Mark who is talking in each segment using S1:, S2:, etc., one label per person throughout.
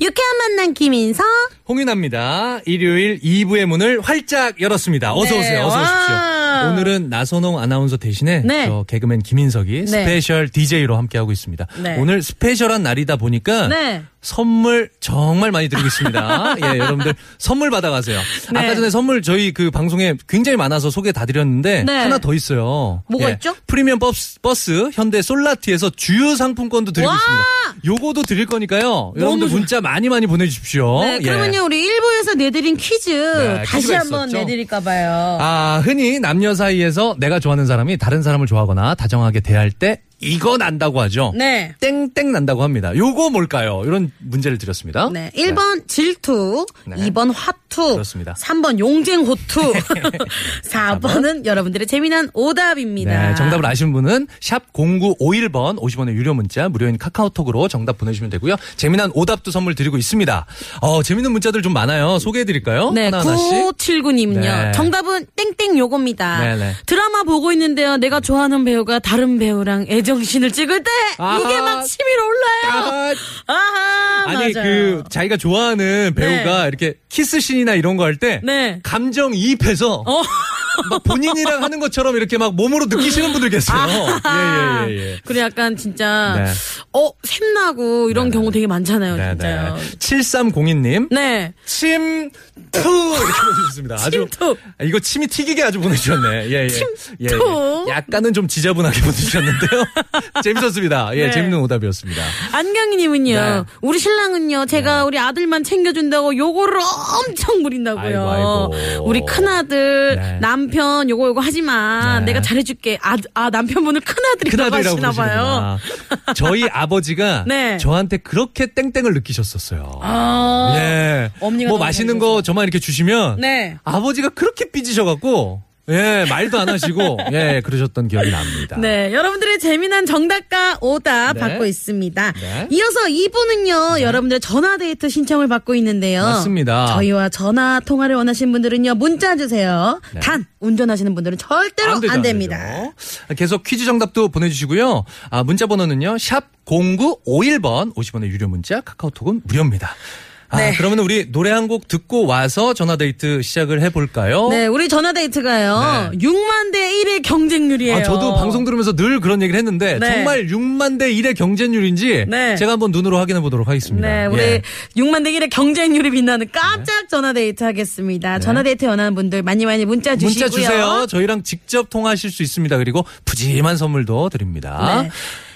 S1: 유쾌한 만남 김인서.
S2: 홍윤아입니다. 일요일 2부의 문을 활짝 열었습니다. 어서
S1: 네,
S2: 오세요. 어서 오십시오.
S1: 와.
S2: 오늘은 나선홍 아나운서 대신에
S1: 네.
S2: 저 개그맨 김인석이 스페셜 DJ로 함께하고 있습니다.
S1: 네.
S2: 오늘 스페셜한 날이다 보니까
S1: 네.
S2: 선물 정말 많이 드리고 있습니다. 예, 여러분들 선물 받아가세요.
S1: 네.
S2: 아까 전에 선물 저희 그 방송에 굉장히 많아서 소개 다 드렸는데
S1: 네.
S2: 하나 더 있어요. 예,
S1: 뭐가 있죠?
S2: 프리미엄 버스, 버스 현대 솔라티에서 주유 상품권도 드리고
S1: 와!
S2: 있습니다. 요거도 드릴 거니까요. 여러분들 문자 많이 많이 보내주십시오.
S1: 네, 그러면요
S2: 예. 네,
S1: 우리 1부에서 내드린 퀴즈 다시
S2: 퀴즈가
S1: 한번
S2: 있었죠?
S1: 내드릴까 봐요.
S2: 아, 흔히 남녀 사이에서 내가 좋아하는 사람이 다른 사람을 좋아하거나 다정하게 대할 때 이거 난다고 하죠.
S1: 네.
S2: 땡땡 난다고 합니다. 요거 뭘까요? 이런 문제를 드렸습니다.
S1: 네. 1번 질투,
S2: 네.
S1: 2번 화투,
S2: 그렇습니다. 네.
S1: 3번 용쟁호투, 4번은 여러분들의 재미난 오답입니다.
S2: 네, 정답을 아시는 분은 샵 0951번 50원의 유료 문자 무료인 카카오톡으로 정답 보내주시면 되고요. 재미난 오답도 선물 드리고 있습니다. 어, 재밌는 문자들 좀 많아요. 소개해드릴까요?
S1: 네,
S2: 하나하나씩.
S1: 9579님은요.
S2: 네.
S1: 정답은 땡땡 요겁니다.
S2: 네네.
S1: 드라마 보고 있는데요. 내가 좋아하는 배우가 다른 배우랑 애정신을 찍을 때 이게
S2: 아하.
S1: 막 치밀어 올라요.
S2: 아,
S1: 아하,
S2: 아니
S1: 맞아요.
S2: 그 자기가 좋아하는 배우가 이렇게 키스신이나 이런 거 할 때
S1: 네.
S2: 감정 이입해서
S1: 어.
S2: 막 본인이랑 하는 것처럼 이렇게 막 몸으로 느끼시는 분들 계세요.
S1: 아.
S2: 예, 예, 예, 예.
S1: 그래 약간 진짜
S2: 네.
S1: 어 샘나고 이런 경우 되게 많잖아요
S2: 네,
S1: 어, 진짜요.
S2: 네. 7302님.
S1: 네.
S2: 침투 이렇게 보내주셨습니다. 아주
S1: 침투.
S2: 아, 이거 침이 튀기게 아주 보내주셨네. 예, 예. 예,
S1: 침투.
S2: 예. 약간은 좀 지저분하게 보내주셨는데요. 재밌었습니다. 예,
S1: 네.
S2: 재밌는 오답이었습니다.
S1: 안경이님은요.
S2: 네.
S1: 우리 신랑은요. 제가 우리 아들만 챙겨준다고 요거를 엄청 부린다고요.
S2: 아이고, 아이고.
S1: 우리 큰 아들
S2: 네.
S1: 남편 요거 요거 하지 마.
S2: 네.
S1: 내가 잘해줄게. 아, 아 남편분을 큰그 아들이라고
S2: 큰아들이라고
S1: 하시나 봐요.
S2: 부르시구나. 저희 아버지가
S1: 네.
S2: 저한테 그렇게 땡땡을 느끼셨었어요.
S1: 아.
S2: 예.
S1: 엄니가
S2: 뭐
S1: 너무
S2: 맛있는
S1: 잘해줘서.
S2: 거 저만 이렇게 주시면
S1: 네.
S2: 아버지가 그렇게 삐지셔갖고 예 말도 안 하시고 예 그러셨던 기억이 납니다.
S1: 네, 여러분들의 재미난 정답과 오답
S2: 네.
S1: 받고 있습니다.
S2: 네.
S1: 이어서 2부는요, 여러분들의 전화데이트 신청을 받고 있는데요.
S2: 맞습니다.
S1: 저희와 전화 통화를 원하시는 분들은요, 문자 주세요. 단, 운전하시는 분들은 절대로 안,
S2: 네. 되죠,
S1: 됩니다.
S2: 되죠. 계속 퀴즈 정답도 보내주시고요. 아, 문자 번호는요. 샵 0951번 50원의 유료 문자 카카오톡은 무료입니다. 아,
S1: 네.
S2: 그러면 우리 노래 한 곡 듣고 와서 전화데이트 시작을 해볼까요?
S1: 네, 우리 전화데이트가요,
S2: 어? 네.
S1: 6만 대 1의 경쟁률이에요.
S2: 아, 저도 방송 들으면서 늘 그런 얘기를 했는데
S1: 네.
S2: 정말 6만 대 1의 경쟁률인지
S1: 네.
S2: 제가 한번 눈으로 확인해 보도록 하겠습니다.
S1: 네, 우리
S2: 예. 네.
S1: 6만 대 1의 경쟁률이 빛나는 깜짝 전화데이트 하겠습니다. 전화데이트 원하는 분들 많이 많이 문자 주시고요.
S2: 문자 주세요. 저희랑 직접 통화하실 수 있습니다. 그리고 푸짐한 선물도 드립니다.
S1: 네.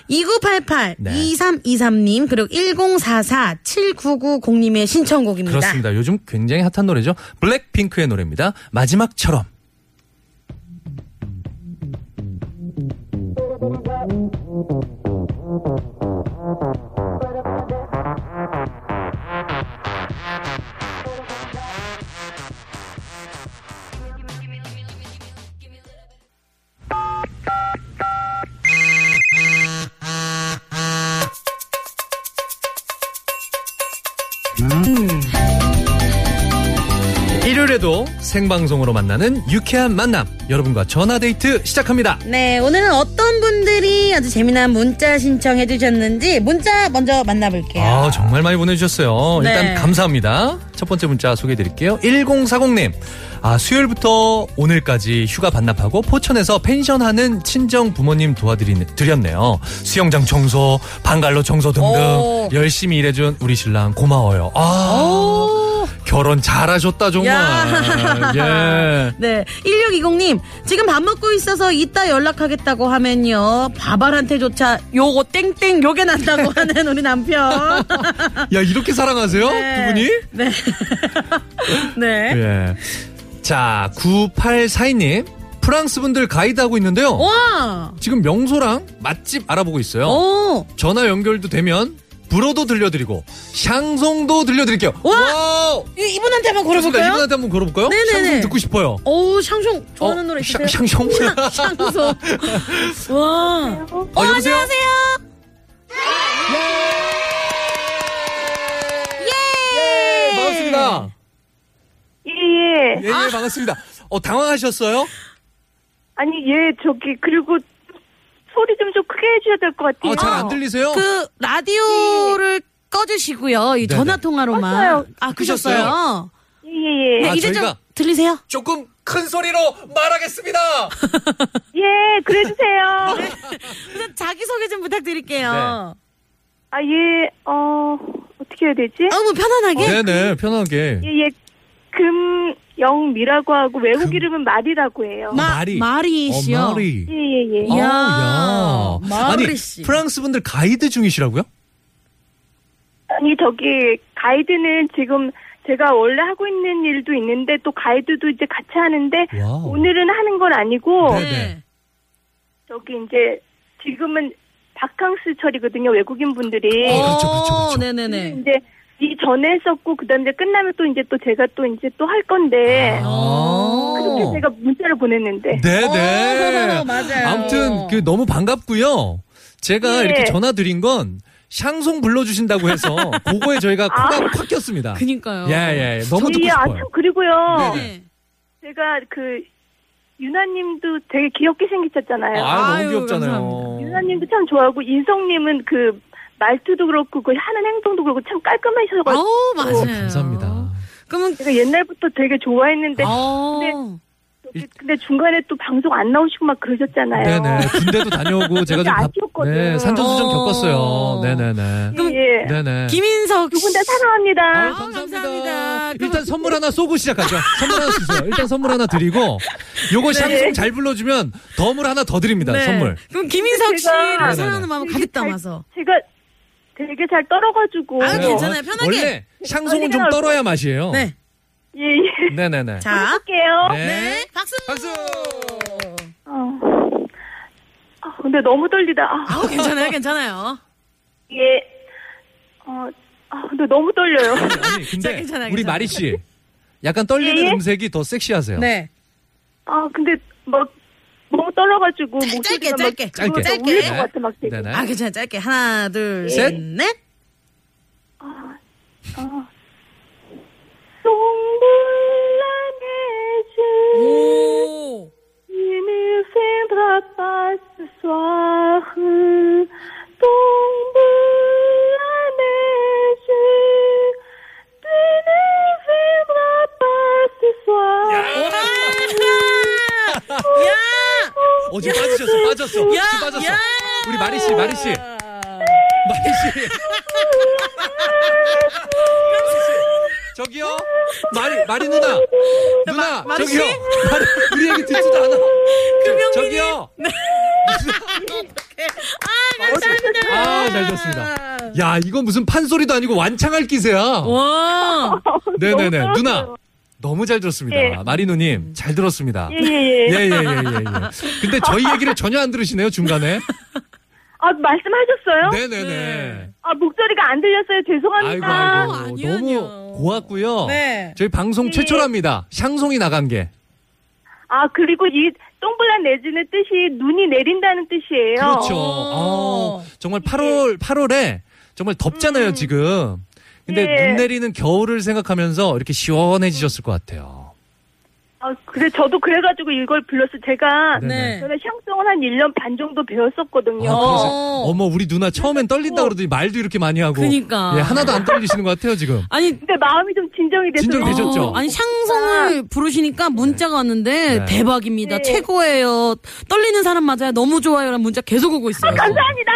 S1: 2988,
S2: 아? 네.
S1: 2323님, 그리고 1044, 7990님의 신청곡입니다.
S2: 그렇습니다. 요즘 굉장히 핫한 노래죠. 블랙핑크의 노래입니다. 마지막처럼. 일요일에도 생방송으로 만나는 유쾌한 만남. 여러분과 전화데이트 시작합니다.
S1: 네, 오늘은 어떤 분들이 아주 재미난 문자 신청해 주셨는지 문자 먼저 만나볼게요.
S2: 아, 정말 많이 보내주셨어요.
S1: 네.
S2: 일단 감사합니다. 첫 번째 문자 소개해 드릴게요. 1040님. 아, 수요일부터 오늘까지 휴가 반납하고 포천에서 펜션하는 친정 부모님 도와드렸네요. 수영장 청소, 방갈로 청소
S1: 오.
S2: 등등 열심히 일해준 우리 신랑 고마워요. 아, 결혼 잘하셨다, 아, 정말. 예.
S1: 네, 1620님, 지금 밥 먹고 있어서 이따 연락하겠다고 하면요. 바발한테조차 요거 땡땡 요게 난다고 하는 우리 남편.
S2: 야, 이렇게 사랑하세요? 두 분이?
S1: 네. 네.
S2: 예. 자, 9842님. 프랑스 분들 가이드 하고 있는데요.
S1: 와!
S2: 지금 명소랑 맛집 알아보고 있어요.
S1: 오!
S2: 전화 연결도 되면 불어도 들려드리고 샹송도 들려드릴게요.
S1: 와!
S2: 와우!
S1: 이, 이분한테 한번
S2: 좋습니다.
S1: 걸어볼까요?
S2: 이분한테 한번 걸어볼까요?
S1: 네네네.
S2: 샹송 듣고 싶어요.
S1: 오, 샹송 좋아하는
S2: 어,
S1: 노래
S2: 샹-
S1: 있으세요?
S2: 샹송.
S1: 샹송. 와.
S2: 어, 여보세요? 예, 반갑습니다.
S3: 예예.
S2: 예, 예,
S1: 아.
S2: 반갑습니다. 어, 당황하셨어요?
S3: 아니 예 저기 그리고 소리 좀 좀 크게 해줘야 될 것 같아요.
S2: 어, 잘 안 들리세요?
S1: 그 라디오를 꺼주시고요. 이
S2: 네네.
S1: 전화 통화로만.
S3: 껐어요.
S1: 아,
S2: 끄셨어요?
S1: 끄셨어요? 네,
S3: 예예.
S2: 아,
S3: 예.
S1: 이제
S2: 저희가-
S1: 좀 들리세요?
S2: 조금 큰 소리로 말하겠습니다.
S3: 예 그래
S2: 아,
S3: 주세요.
S2: 네.
S1: 우선 자기소개 좀 부탁드릴게요.
S3: 아 예. 어 어떻게 해야 되지?
S1: 아무 뭐 편안하게.
S2: 어, 네네, 편하게. 어,
S3: 예예. 금영미라고 하고 외국
S2: 금-
S3: 이름은 마리라고 해요.
S2: 어, 마- 마리.
S1: 마리 씨요.
S2: 어, 마리.
S3: 예예예.
S2: 어,
S1: 이야,
S2: 야.
S1: 마리
S2: 아니,
S1: 씨.
S2: 프랑스 분들 가이드 중이시라고요?
S3: 아니 저기 가이드는 지금 제가 원래 하고 있는 일도 있는데 또 가이드도 이제 같이 하는데
S2: 와우.
S3: 오늘은 하는 건 아니고
S2: 네.
S3: 저기 이제 지금은 바캉스철이거든요 외국인 분들이.
S2: 어, 그렇죠, 그렇죠, 그렇죠.
S1: 오, 네네네.
S3: 이제 이 전에 했었고 그다음에 이제 끝나면 또 이제 또 제가 또 이제 또 할
S1: 아.
S3: 건데 그렇게 제가 문자를 보냈는데
S2: 아. 네네.
S1: 어, 맞아요.
S2: 아무튼 그 너무 반갑고요. 제가
S3: 예.
S2: 이렇게 전화 드린 건 샹송 불러주신다고 해서 그거에 저희가 코가
S3: 아.
S2: 팍 꼈습니다.
S1: 그니까요.
S2: 예예. 너무 듣고
S3: 예, 아, 참
S2: 싶어요.
S3: 그리고요
S2: 네네.
S1: 네.
S3: 제가 그 유나님도 되게 귀엽게 생기셨잖아요.
S2: 아
S1: 아유,
S2: 너무 귀엽잖아요.
S3: 유나님도 참 좋아하고 인성님은 그 말투도 그렇고 그 하는 행동도 그렇고 참 깔끔하셔가지고
S1: 아우, 맞아요.
S2: 어, 감사합니다.
S1: 그러면,
S3: 제가 옛날부터 되게 좋아했는데
S1: 어.
S3: 저기 근데 중간에 또 방송 안 나오시고 막 그러셨잖아요.
S2: 네네. 군대도 다녀오고 제가 좀
S3: 그게
S2: 밥-
S3: 아쉬웠거든.
S2: 네, 산전수전
S1: 어.
S2: 겪었어요. 네네네.
S1: 그럼-
S3: 예.
S2: 네네.
S1: 김인석
S3: 두 분 다
S1: 씨.
S3: 사랑합니다.
S2: 아유,
S1: 감사합니다.
S2: 일단 선물 하나 쏘고 시작하죠. 선물 하나 주세요. 일단 선물 하나 드리고 요거 샹송 잘 불러주면 덤을 하나 더 드립니다.
S1: 네.
S2: 선물.
S1: 그럼 김인석
S3: 제가-
S1: 씨를
S2: 네네네.
S1: 사랑하는 마음 가득 담아서.
S3: 제가 되게 잘 떨어가지고
S1: 아,
S2: 그래요.
S1: 괜찮아요. 편하게.
S2: 원래 샹송은 좀
S3: 언니가
S2: 떨어야 맛이에요.
S1: 네.
S3: 예예.
S2: 네네네.
S1: 자.
S3: 할게요.
S1: 네. 박수.
S2: 박수!
S3: 어. 아, 근데 너무 떨리다. 아,
S1: 아우, 괜찮아요. 괜찮아요.
S3: 예. 어, 아, 근데 너무 떨려요.
S2: 아니, 근데
S1: 자, 괜찮아요,
S2: 우리
S1: 괜찮아요.
S2: 마리 씨 약간 떨리는
S3: 예, 예?
S2: 음색이 더 섹시하세요.
S1: 네.
S3: 아, 근데 막 너무 떨려가지고
S1: 짧게,
S3: 목소리가
S1: 짧게.
S3: 막 그거
S2: 짧게.
S3: 울릴 것
S2: 짧게.
S3: 같아 막 되게.
S2: 네네.
S1: 아, 괜찮아요. 짧게. 하나, 둘,
S2: 셋.
S1: 넷. 오.
S3: Sombre la neige, il ne viendra pas ce soir. Tombe la neige, il ne viendra pas ce soir.
S1: 야!
S2: 어, 지금 빠지셨어, 빠졌어.
S1: 야!
S2: 지금 빠졌어.
S1: 야!
S2: 우리 마리 씨, 마리 씨. 마리 씨. 저기요. 마리, 마리 누나. 누나,
S1: 네, 마리
S2: 저기요.
S1: 씨?
S2: 마리, 우리 얘기 듣지도 않아.
S1: 금영민이- 네.
S2: 저기요.
S1: 아, 감사합니다.
S2: 아, 잘 됐습니다. 야, 이건 무슨 판소리도 아니고 완창할 기세야.
S1: 와.
S2: 네네네.
S3: 너무
S2: 누나. 너무 잘 들었습니다.
S3: 예.
S2: 마리누님, 잘 들었습니다.
S3: 예, 예, 예.
S2: 예예예예. 근데 저희 얘기를 전혀 안 들으시네요, 중간에.
S3: 아, 말씀하셨어요?
S2: 네네네.
S1: 네.
S3: 아, 목소리가 안 들렸어요.
S2: 아이고,
S3: 죄송합니다.
S2: 아이고.
S1: 아니요,
S2: 너무
S1: 아니요.
S2: 고맙고요.
S1: 네.
S2: 저희
S3: 예.
S2: 방송 최초랍니다. 샹송이 나간 게.
S3: 아, 그리고 이 똥블란 내지는 뜻이 눈이 내린다는 뜻이에요.
S2: 그렇죠.
S1: 어.
S2: 아, 정말 8월, 8월에 정말 덥잖아요, 지금. 근데
S3: 음. 예.
S2: 눈 내리는 겨울을 생각하면서 이렇게 시원해지셨을 것 같아요.
S3: 아, 그래, 저도 그래가지고 이걸 불렀어요. 제가
S2: 네.
S1: 네.
S3: 저는 샹송을 한 1년 반 정도 배웠었거든요.
S2: 아, 그러세요?
S1: 어.
S2: 어머, 우리 누나 처음엔
S3: 어.
S2: 떨린다 그러더니 말도 이렇게 많이 하고.
S1: 그니까.
S2: 예, 하나도 안 떨리시는 것 같아요, 지금.
S1: 아니,
S3: 근데 마음이 좀 진정이 됐어요.
S2: 진정되죠? 되셨죠?
S1: 아니 샹송을 부르시니까 문자가 왔는데
S2: 네.
S1: 대박입니다.
S3: 네.
S1: 최고예요. 떨리는 사람 맞아요. 너무 좋아요라는 문자 계속 오고 있어요.
S3: 감사합니다.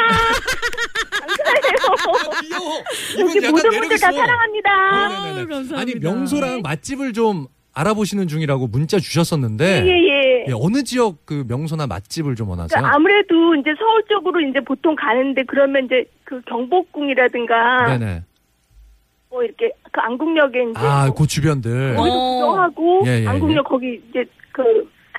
S3: 감사해요.
S2: 귀여워.
S3: 여기 모든 분들 다 사랑합니다.
S2: 어, 네네네.
S1: 아유, 감사합니다. 네.
S2: 아니 명소랑 맛집을 좀 알아보시는 중이라고 문자 주셨었는데
S3: 예예.
S2: 예, 어느 지역 그 명소나 맛집을 좀 원하세요?
S3: 그러니까 아무래도 이제 서울 쪽으로 이제 보통 가는데 그러면 이제 그 경복궁이라든가
S2: 네네.
S3: 뭐 이렇게 그 안국역에 이제
S2: 아그 주변들.
S1: 어.
S3: 거기도 구경하고
S2: 예, 예,
S3: 안국역
S2: 예.
S3: 거기 이제 그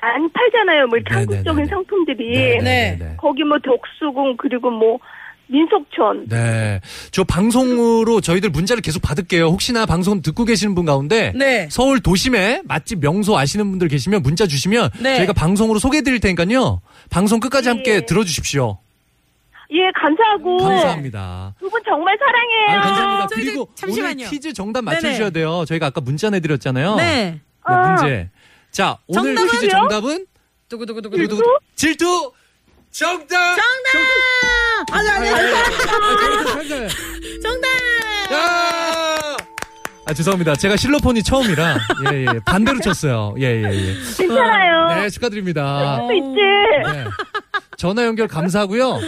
S3: 안 팔잖아요. 뭐 이렇게
S2: 네네네네.
S3: 한국적인 상품들이.
S1: 네.
S2: 네.
S3: 거기 뭐 덕수궁 그리고 뭐 민속촌.
S2: 네. 저 방송으로 저희들 문자를 계속 받을게요. 혹시나 방송 듣고 계시는 분 가운데
S1: 네.
S2: 서울 도심에 맛집 명소 아시는 분들 계시면 문자 주시면
S1: 네.
S2: 저희가 방송으로 소개해 드릴 테니까요. 방송 끝까지 함께
S3: 예.
S2: 들어 주십시오.
S3: 예, 감사하고.
S2: 감사합니다.
S3: 두 분 정말 사랑해요.
S2: 아, 감사합니다.
S1: 저희들
S2: 그리고
S1: 잠시만요.
S2: 오늘 퀴즈 정답
S1: 네네.
S2: 맞춰 주셔야 돼요. 저희가 아까 문자 내 드렸잖아요.
S1: 네.
S2: 네,
S3: 어.
S2: 문제. 자, 오늘
S1: 정답은요?
S2: 퀴즈 정답은
S1: 두구두구두구.
S2: 질투? 질투 정답.
S1: 정답! 아니, 아니, 아니,
S2: 정답!
S1: 정답!
S2: 야! 아 죄송합니다. 제가 실로폰이 처음이라 예예 반대로 쳤어요. 예예 예.
S3: 괜찮아요.
S2: 네 축하드립니다.
S3: 또 있지.
S2: 네. 전화 연결 감사하고요.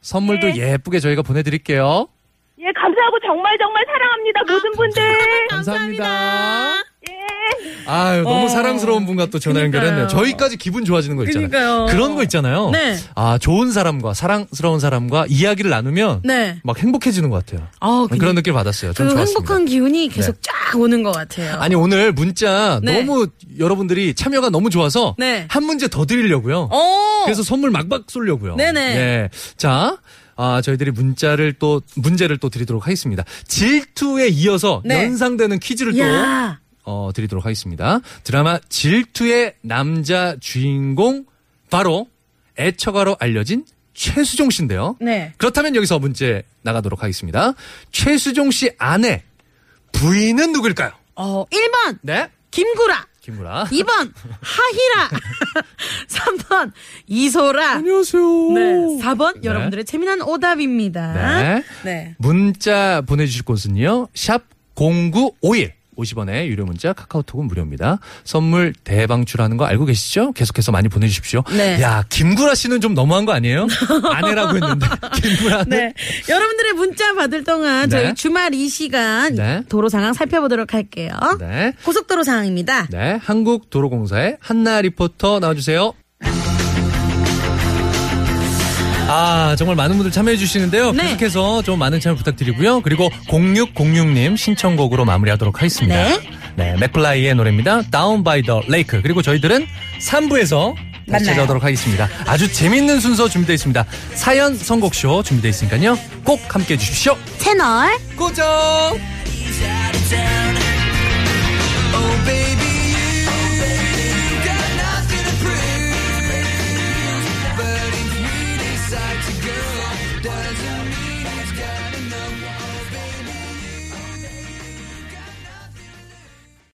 S2: 선물도
S1: 네.
S2: 예쁘게 저희가 보내드릴게요.
S3: 예, 감사하고 정말 정말 사랑합니다. 모든 분들.
S2: 감사합니다.
S3: 예.
S2: 아유 너무
S1: 어,
S2: 사랑스러운 분과 또 전화 연결했네요.
S1: 그러니까요.
S2: 저희까지 기분 좋아지는 거 있잖아요.
S1: 그러니까요.
S2: 런거 있잖아요.
S1: 네.
S2: 아 좋은 사람과 사랑스러운 사람과 이야기를 나누면
S1: 네.
S2: 막 행복해지는 것 같아요.
S1: 아, 근데
S2: 그런 느낌 을 받았어요.
S1: 그
S2: 전 좋았습니다. 네.
S1: 행복한 기운이 계속 쫙 오는 것 같아요.
S2: 아니 오늘 문자
S1: 네.
S2: 너무 여러분들이 참여가 너무 좋아서
S1: 네.
S2: 한 문제 더 드리려고요.
S1: 어.
S2: 그래서 선물 막박 쏠려고요.
S1: 네네.
S2: 예. 자, 아, 저희들이 문자를 또 문제를 또 드리도록 하겠습니다. 질투에 이어서
S1: 네.
S2: 연상되는 퀴즈를
S1: 야.
S2: 또 어, 드리도록 하겠습니다. 드라마 질투의 남자 주인공 바로 애처가로 알려진 최수종 씨인데요.
S1: 네.
S2: 그렇다면 여기서 문제 나가도록 하겠습니다. 최수종 씨 아내 부인은 누굴까요?
S1: 어, 1번
S2: 네.
S1: 김구라.
S2: 김구라.
S1: 2번 하희라. 3번 이소라.
S2: 안녕하세요.
S1: 네. 4번
S2: 네.
S1: 여러분들의 재미난 오답입니다.
S2: 네. 문자 보내주실 곳은요. 샵 0951. 50원의 유료 문자 카카오톡은 무료입니다. 선물 대방출하는 거 알고 계시죠? 계속해서 많이 보내주십시오.
S1: 네.
S2: 야 김구라 씨는 좀 너무한 거 아니에요? 아내라고 했는데 김구라는
S1: 네. 여러분들의 문자 받을 동안
S2: 네.
S1: 저희 주말 이 시간
S2: 네.
S1: 도로 상황 살펴보도록 할게요.
S2: 네.
S1: 고속도로 상황입니다.
S2: 네, 한국도로공사의 한나 리포터 나와주세요. 아, 정말 많은 분들 참여해주시는데요.
S1: 네.
S2: 계속해서 좀 많은 참여 부탁드리고요. 그리고 0606님 신청곡으로 마무리하도록 하겠습니다.
S1: 네.
S2: 네, 맥플라이의 노래입니다. Down by the Lake. 그리고 저희들은 3부에서 다시
S1: 만나요.
S2: 찾아오도록 하겠습니다. 아주 재밌는 순서 준비되어 있습니다. 사연 선곡쇼 준비되어 있으니까요. 꼭 함께 해주십시오.
S1: 채널
S2: 고정!